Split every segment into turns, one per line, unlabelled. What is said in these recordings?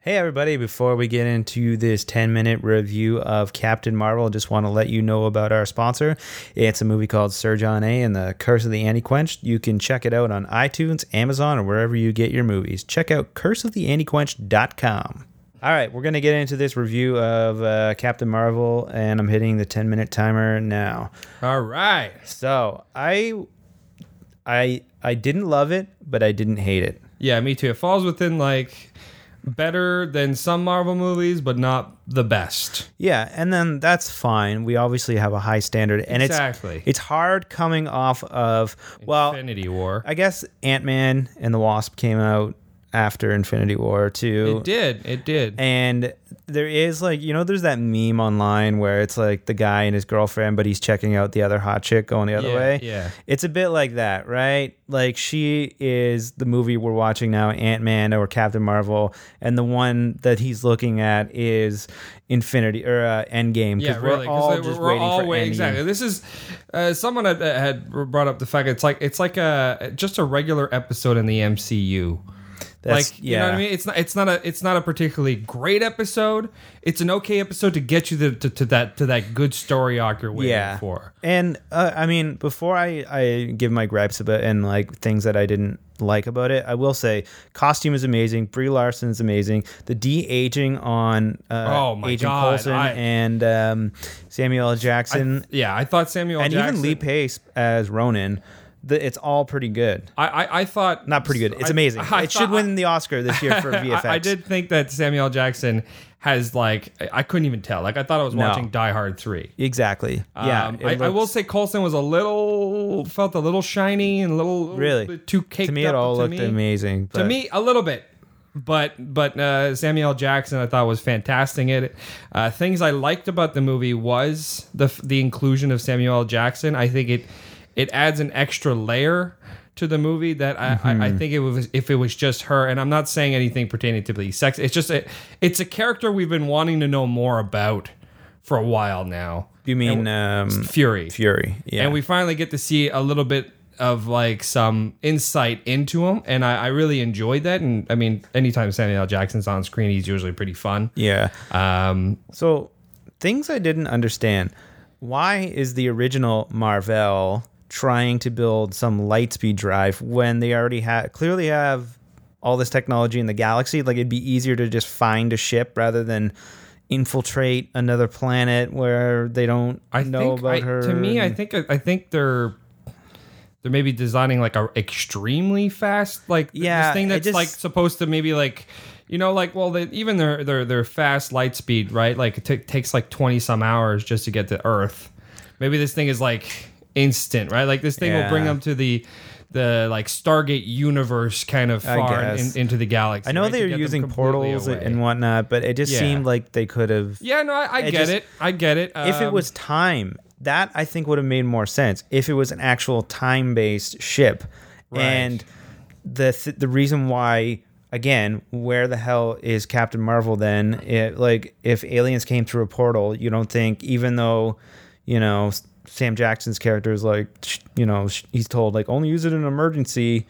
Hey, everybody, before we get into this 10 minute review of Captain Marvel, I just want to let you know about our sponsor. It's a movie called Sir John A. and the Curse of the Antiquench. You can check it out on iTunes, Amazon, or wherever you get your movies. Check out curseoftheantiquench.com. All right, we're going to get into this review of uh, Captain Marvel, and I'm hitting the 10 minute timer now.
All right.
So I, I, I didn't love it, but I didn't hate it.
Yeah, me too. It falls within like better than some Marvel movies, but not the best.
Yeah, and then that's fine. We obviously have a high standard, and
Exactly.
it's it's hard coming off of well,
Infinity War.
I guess Ant Man and the Wasp came out after Infinity War too.
It did. It did.
And there is like you know, there's that meme online where it's like the guy and his girlfriend, but he's checking out the other hot chick going the other
Yeah,
way.
yeah.
it's a bit like that, right? Like she is the movie we're watching now, Ant Man or Captain Marvel, and the one that he's looking at is Infinity or uh, Endgame.
yeah,
because
really.
We're
'cause
all
they-
just
we're
waiting
all
for
wait-
Endgame.
Exactly. This is uh, someone had, had brought up the fact it's like it's like a just a regular episode in the MCU.
That's-
like you know what I
yeah.
mean? It's not it's not a it's not a particularly great episode. It's an okay episode to get you the, to, to that to that good story arc you're waiting
yeah.
for.
And uh, I mean, before I, I give my gripes about and like things that I didn't like about it, I will say costume is amazing. Brie Larson is amazing. The de aging on uh,
Oh my
Agent
God,
Coulson
I-
and um, Samuel L. Jackson.
Yeah, I thought Samuel
and
Jackson,
even Lee Pace as Ronan, the, it's all pretty good.
I, I, I thought
Not pretty good. It's amazing.
I
it should
thought-
win the Oscar this year for VFX.
I, I did think that Samuel Jackson has like I, I couldn't even tell. Like I thought I was watching Die Hard three.
exactly. Yeah,
Um,
it
I, I will
looks-
say Colson was a little felt a little shiny and a little, little
Really?
bit too caked
to me it
up
all
to
looked
me.
amazing.
To
but-
me, a little bit. But but uh, Samuel L. Jackson, I thought was fantastic. in It uh, things I liked about the movie was the f- the inclusion of Samuel L. Jackson. I think it it adds an extra layer to the movie that I, I, I think it was if it was just her. And I'm not saying anything pertaining to the sex. It's just a it's a character we've been wanting to know more about for a while now.
you mean um,
Fury.
Fury? Yeah,
And we finally get to see a little bit of like some insight into him. And I, I really enjoyed that. And I mean, anytime Samuel L. Jackson's on screen, he's usually pretty fun.
yeah.
Um,
So things I didn't understand: why is the original Marvel trying to build some lightspeed drive when they already have clearly have all this technology in the galaxy? Like it'd be easier to just find a ship rather than infiltrate another planet where they don't
I
know
think
about
I-
her.
to me, I
and-
think, I think they're, they're maybe designing like a extremely fast, like th-
Yeah,
this thing
I
that's
just-
like supposed to maybe like, you know, like, well, they, even their, their, their fast light speed, right? Like it ta- takes like 20 some hours just to get to earth. Maybe this thing is like instant, right? Like this thing will bring
Yeah.
them to the the like Stargate universe kind of far in,
guess.
into the galaxy.
I know
right? To
they
get
were
them
using
completely
portals
away.
and whatnot, but it just
Yeah.
seemed like they could have.
yeah, no, I, I
I
get
just-
it. I get it.
If it
Um,
was time, that I think would have made more sense. If it was an actual time-based ship, and the th- the reason why. Again, where the hell is Captain Marvel then? It, like, if aliens came through a portal, you don't think, even though, you know, S- Sam Jackson's character is like, sh- you know, sh- he's told, like, only use it in an emergency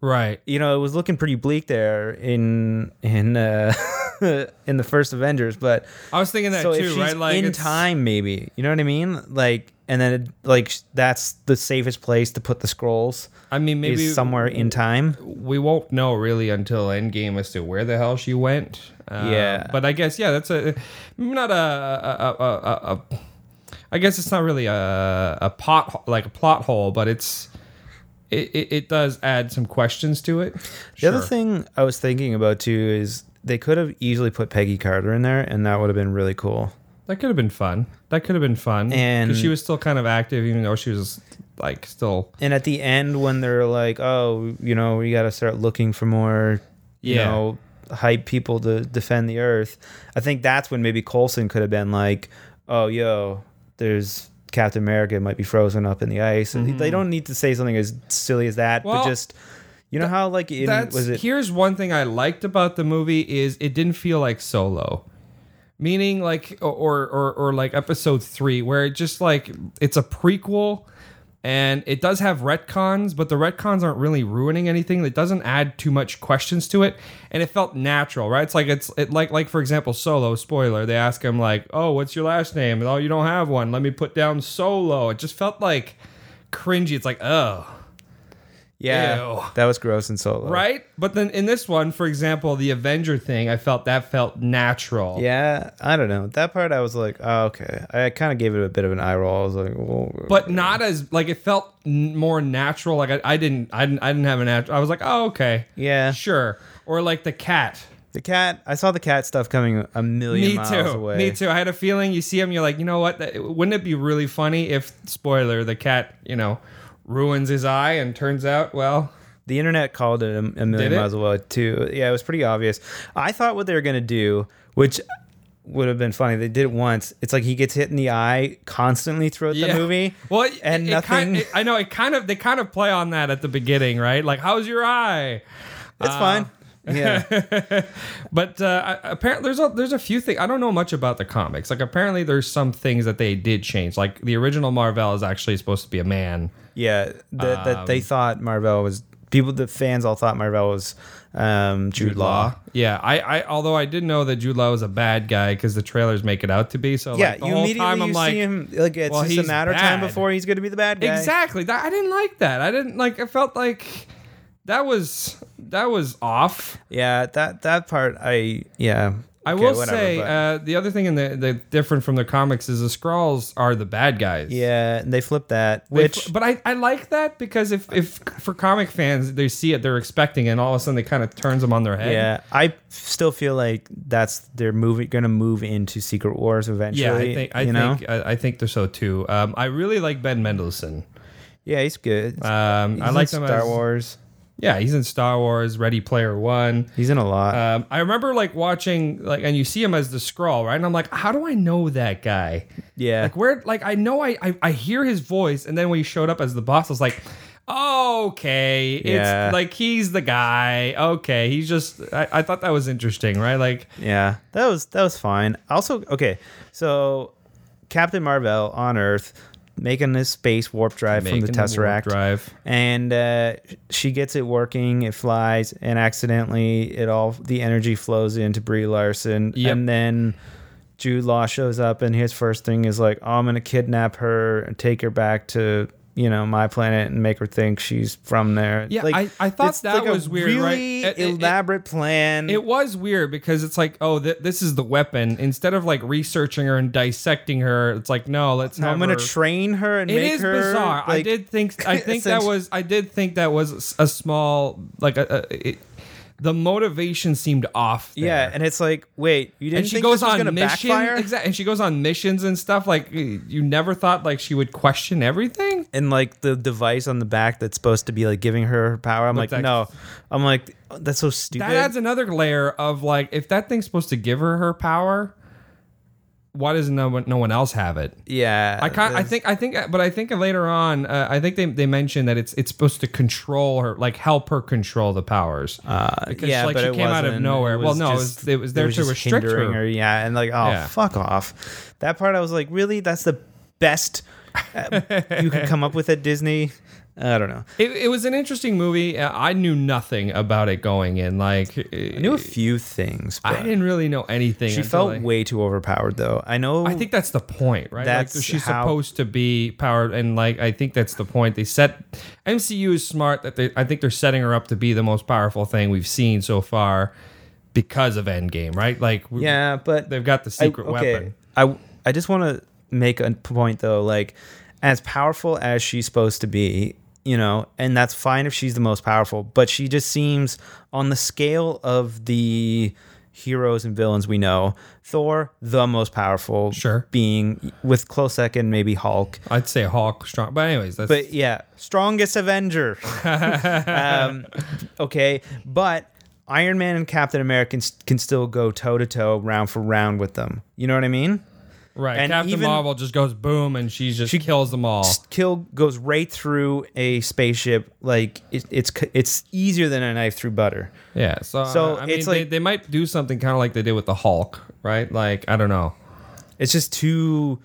right,
you know, it was looking pretty bleak there in in uh, in the first Avengers, but
I was thinking that
so
too,
if she's
right? Like
in
it's-
time, maybe you know what I mean, like, and then it, like sh- that's the safest place to put the scrolls
I mean, maybe
is somewhere in time.
we won't know really until Endgame as to where the hell she went. Uh,
Yeah.
but I guess yeah, that's a not a a a. a, a I guess it's not really a a pot like a plot hole, but it's it, it, it does add some questions to it.
The other thing I was thinking about too is they could have easily put Peggy Carter in there, and that would have been really cool.
That could have been fun. That could have been fun.
And-
'Cause she was still kind of active, even though she was like still.
And at the end, when they're like, "Oh, you know, we got to start looking for more, you
Yeah.
know, hype people to defend the Earth," I think that's when maybe Colson could have been like, "Oh, yo, there's Captain America might be frozen up in the ice." And They don't need to say something as silly as that,
Mm-hmm. Well,
but just you know how like in,
That's
was it?
here's one thing I liked about the movie is it didn't feel like solo. Meaning like or or or like episode three where it just like it's a prequel and it does have retcons, but the retcons aren't really ruining anything. It doesn't add too much questions to it, and it felt natural, right? It's like it's it like like for example, Solo spoiler. They ask him like, "Oh, what's your last name?" "Oh, you don't have one. Let me put down Solo." It just felt like cringy. It's like, oh,
Yeah,
Ew.
that was gross and solo.
right. But then in this one, for example, the Avenger thing, I felt that felt natural.
Yeah, I don't know. That part I was like, oh, okay. I kind of gave it a bit of an eye roll. I was like, well,
but not as like it felt n- more natural. Like I, I didn't, I didn't, I didn't have an. nat- I was like, oh okay,
yeah.
sure. Or like the cat.
The cat, I saw the cat stuff coming a million
Me
miles
too.
away.
Me too. I had a feeling. You see him, you're like, you know what? That, wouldn't it be really funny if spoiler the cat, you know, ruins his eye and turns out well.
The internet called it a, a million
Did it?
miles away too. Yeah, it was pretty obvious. I thought what they were gonna do, which would have been funny. They did it once. It's like he gets hit in the eye constantly throughout
Yeah.
the movie.
Well, it-
and
it
nothing.
Kind, it- I know it kind of. They kind of play on that at the beginning, right? Like, how's your eye?
it's fine.
uh,
Yeah,
But uh, apparently, there's a there's a few things I don't know much about the comics. Like apparently, there's some things that they did change. Like the original Marvel is actually supposed to be a man.
yeah. That that
Um,
they thought Marvel was people. The fans all thought Marvel was um, Jude, Law.
Yeah, I, I although I did know that Jude Law was a bad guy because the trailers make it out to be. So
Yeah,
like, the
you
whole
immediately
time
you
I'm
see
like,
him like it's
well,
just a
he's
matter of time
bad.
before he's going to be the bad guy.
Exactly. That I didn't like that. I didn't like. I felt like that was that was off.
Yeah, that that part I yeah.
I
Okay,
will
whatever,
say
but-
uh, the other thing in the, the different from the comics is the Skrulls are the bad guys.
yeah, and they flipped that,
They
which
fl- but I, I like that because if, if for comic fans they see it they're expecting it and all of a sudden it kind of turns them on their head
yeah, I still feel like that's they're moving going to move into Secret Wars eventually.
yeah I think I
you know?
think I, I think they're so too um, I really like Ben Mendelsohn
yeah, he's good.
um,
He's
I
in
like him
Star
as-
Wars.
yeah he's in Star Wars Ready Player One
He's in a lot.
um, I remember like watching like and you see him as the scroll right and I'm like how do I know that guy
yeah,
Like where like I know I, I I hear his voice and then when he showed up as the boss I was like okay
Yeah.
it's like he's the guy okay he's just I, I thought that was interesting right like
yeah, that was that was fine. Also, okay, so Captain Marvel on Earth making this space warp drive from the
making warp
Tesseract.
drive
and uh, she gets it working. It flies, and accidentally, it all the energy flows into Brie Larson,
Yep.
and then Jude Law shows up, and his first thing is like, oh, "I'm gonna kidnap her and take her back to." You know my planet and make her think she's from there.
Yeah, I- I thought
it's
that
like a
was weird, right?
Really
It- it- it-
elaborate plan.
it was weird because it's like oh th- this is the weapon instead of like researching her and dissecting her it's like no let's have
I'm gonna
her-
train her and
It
make
is
her.
bizarre. I
like-
did think I think that
essentially-
was I did think that was a small like a, a it, the motivation seemed off. There.
Yeah, and it's like, wait, you didn't
and she
think
goes
this was
on
gonna
mission
backfire?
exactly and she goes on missions and stuff like y- you never thought like she would question everything
and like the device on the back that's supposed to be like giving her her power. I'm like,
that-
no, I'm like, that's so stupid.
that adds another layer of like if that thing's supposed to give her her power why does no one no one else have it
yeah,
I kind I think I think uh, but I think later on uh, I think they, they mentioned that it's it's supposed to control her like help her control the powers
uh,
because,
yeah,
like,
but
she
it
came out of
wasn't.
nowhere. Well,
was
no, it
just-
was- it was there to
just
restrict
hindering
her.
Yeah, and like, oh,
Yeah.
fuck off. That part I was like, really, that's the best uh, you could come up with at Disney. I don't know.
it, it was an interesting movie Uh, I knew nothing about it going in like
I knew a few things,
I
but
didn't really know anything
she
until
felt
I-
way too overpowered, though. I know.
I think that's the point, right?
That's
like she's
how-
supposed to be powered, and like I think that's the point. They set MCU is smart that they. I think they're setting her up to be the most powerful thing we've seen so far because of Endgame, right? Like we-
yeah, but
they've got the secret weapon.
I I just want to make a point though, like as powerful as she's supposed to be, you know, and that's fine if she's the most powerful, but she just seems on the scale of the heroes and villains we know, Thor the most powerful
Sure.
being with close second maybe Hulk.
I'd say Hawk strong, but anyways, that's
But yeah, strongest Avenger. um, okay, but Iron Man and Captain America can, can still go toe to toe, round for round with them. You know what I mean?
right.
and
Captain
even-
Marvel just goes boom, and she just kills them all.
kill goes right through a spaceship like it, it's c- it's easier than a knife through butter
Yeah, so,
So
I mean,
it's
they,
like-
they might do something kind of like they did with the Hulk, right? Like I don't know.
it's just too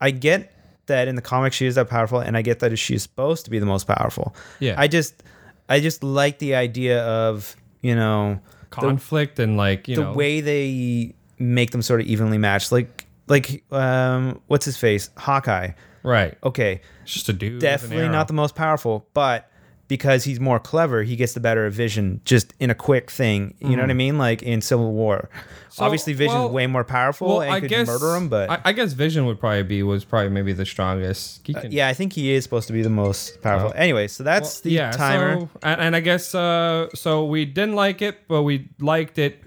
i get that in the comics she is that powerful, and I get that she's supposed to be the most powerful.
Yeah.
I just, I just like the idea of you know
conflict and like you
the
know
way they make them sort of evenly matched. Like, like um, what's his face, Hawkeye.
right.
Okay,
It's just a dude. with an
definitely
arrow.
not the most powerful, but because he's more clever, he gets the better of Vision just in a quick thing. You know what I mean? Like in Civil War,
Mm. So,
obviously Vision's
well-
way more powerful
Well,
and
I
could
guess
murder him. But
I, I guess Vision would probably be was probably maybe the strongest. He can-
Uh,
Oh.
yeah, I think he is supposed to be the most powerful. anyway, so that's the timer.
So, and, and I guess uh, so. We didn't like it, but we liked it.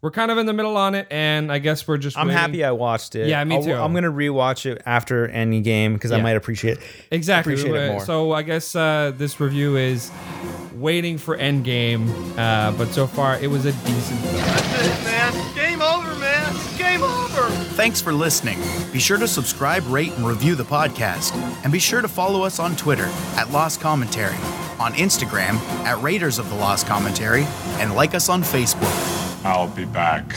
We're kind of in the middle on it, and I guess we're just.
I'm
waiting-
happy I watched it.
Yeah, me
I'll-
too.
I'm gonna rewatch it after Endgame because I
Yeah.
might appreciate
Exactly.
appreciate it
Uh,
more.
So I guess uh, this review is waiting for Endgame, uh, but so far it was a decent. Film.
it, man. Game over, man. Game over.
Thanks for listening. Be sure to subscribe, rate, and review the podcast. And be sure to follow us on Twitter at Lost Commentary, on Instagram at Raiders of the Lost Commentary, and like us on Facebook.
I'll be back.